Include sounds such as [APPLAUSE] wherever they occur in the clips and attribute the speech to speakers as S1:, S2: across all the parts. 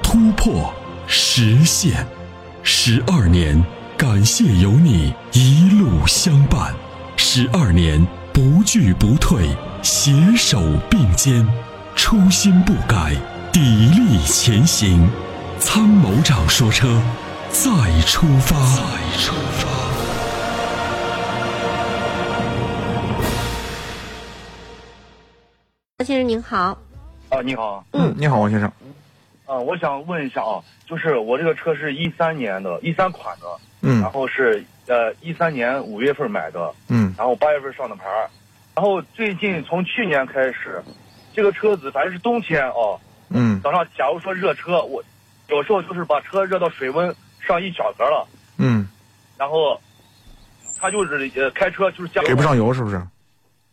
S1: 突破、实现，十二年，感谢有你一路相伴，十二年不惧不退，携手并肩，初心不改，砥砺前行。”参谋长说：“车，再出发。”再出发。
S2: 王先生您好，
S3: 啊，你好，
S2: 嗯，
S4: 你好，王先生。
S3: 啊，我想问一下啊，就是我这个车是一三年的，一三款的，然
S4: 嗯
S3: 后是呃一三年五月份买的，
S4: 嗯
S3: 然后八月份上的牌儿，然后最近从去年开始，这个车子反正是冬天啊，
S4: 嗯
S3: 早上假如说热车，我有时候就是把车热到水温上一小格了，
S4: 嗯，
S3: 然后它就是呃开车就是加
S4: 给不上油是不是？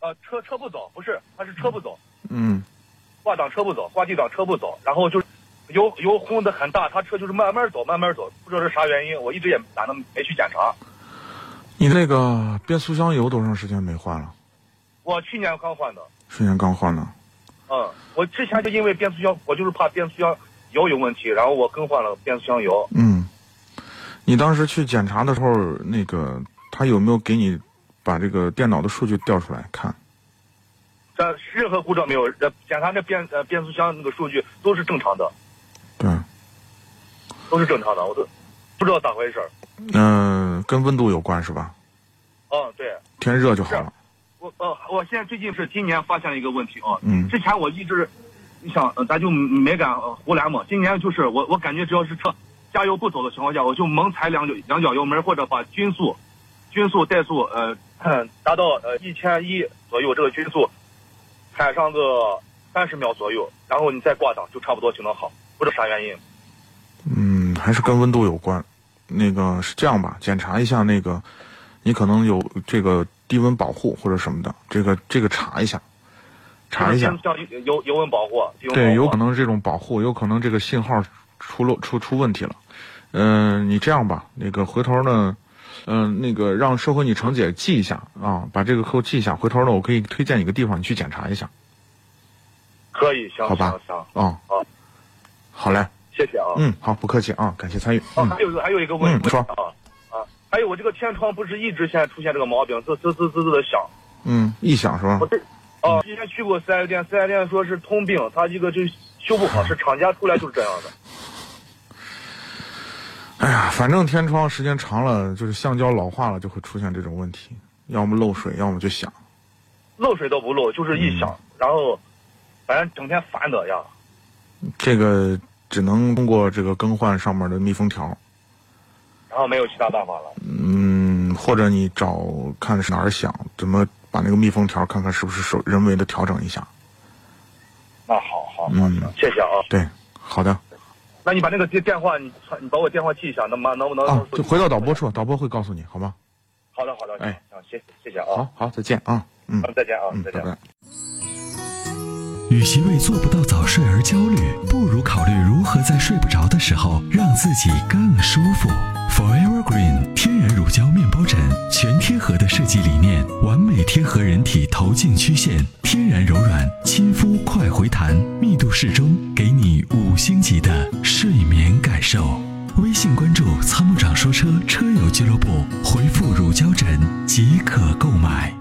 S3: 呃车车不走，不是，它是车不走，
S4: 嗯
S3: 挂档车不走，挂地档车不走，然后就是油油轰的很大，他车就是慢慢走，慢慢走，不知道是啥原因，我一直也懒得没去检查。，
S4: 你那个变速箱油多长时间没换了？
S3: 我去年刚换的，
S4: 去年刚换的。
S3: 嗯，我之前就因为变速箱，我就是怕变速箱油有问题，然后我更换了变速箱油。
S4: 嗯，你当时去检查的时候，那个他有没有给你把这个电脑的数据调出来看？
S3: 但任何故障没有，呃，检查那变呃变速箱那个数据都是正常的，
S4: 对，
S3: 都是正常的，我都不知道咋回事儿。
S4: 嗯、跟温度有关是吧？
S3: 嗯，对，
S4: 天热就好了。
S3: 我呃，我现在最近是今年发现了一个问题啊，
S4: 嗯
S3: 之前我一直，你想，呃咱就没敢呃胡来嘛。今年就是我，我感觉只要是车加油不走的情况下，我就猛踩两脚两脚油门，或者把均速、均速怠速呃 [COUGHS] 达到呃一千一左右这个均速，踩上个三十秒左右，然后你再挂档就差不多就能好。不知道啥原因。
S4: 嗯，还是跟温度有关。那个是这样吧，检查一下那个，你可能有这个低温保护或者什么的，这个这个查一下，查一下。
S3: 像油油温保护，低温保护啊
S4: 对，有可能这种保护，有可能这个信号出漏出出问题了。嗯、你这样吧，那个回头呢，嗯、那个让社会你程姐记一下啊，把这个客户记一下。回头呢，我可以推荐你个地方，你去检查一下
S3: 可以，行
S4: 好吧
S3: 行行，
S4: 啊。
S3: 好，
S4: 好嘞，
S3: 谢谢啊。
S4: 嗯，好，不客气啊，感谢参与。
S3: 哦，
S4: 嗯
S3: 还有一个还有一个问
S4: 嗯
S3: 题、
S4: 说
S3: 啊啊，还有我这个天窗不是一直现在出现这个毛病，滋滋滋滋滋的响。
S4: 嗯，异响是吧
S3: 我？这啊，
S4: 嗯
S3: 之前去过四 S 店，四 S 店说是通病，他这个就修不
S4: 嗯
S3: 好，是厂家出来就是这样
S4: [LAUGHS]
S3: 的。
S4: 哎呀，反正天窗时间长了，就是橡胶老化了，就会出现这种问题，要么漏水，要么就响。
S3: 漏水都不漏，就是一响，
S4: 嗯
S3: 然后反正整天烦的呀。
S4: 这个只能通过这个更换上面的密封条。
S3: 然后没有其他办法了。
S4: 嗯，或者你找看是哪儿响，怎么把那个密封条看看是不是手人为的调整一下。
S3: 那好好，
S4: 嗯，
S3: 谢谢啊。
S4: 对，好的
S3: 那你把那个电电话，你传你把我电话记一下，能吗？能不能？
S4: 啊，就回到导播。处，导播会告诉你，好吗？
S3: 好的好的，
S4: 哎
S3: 行，谢谢谢谢啊。
S4: 好好，再见啊，嗯
S3: 咱们再见啊
S4: 嗯，，
S3: 再
S4: 拜
S3: 见。
S4: 拜。
S1: 与其为做不到早睡而焦虑，不如考虑如何在睡不着的时候让自己更舒服。Forever Green 天然乳胶面包枕，全贴合的设计理念，完美贴合人体头颈曲线，天然柔软，亲肤快回弹，密度适中，给你五星级的睡眠感受。微信关注“参谋长说车”车友俱乐部，回复“乳胶枕”即可购买。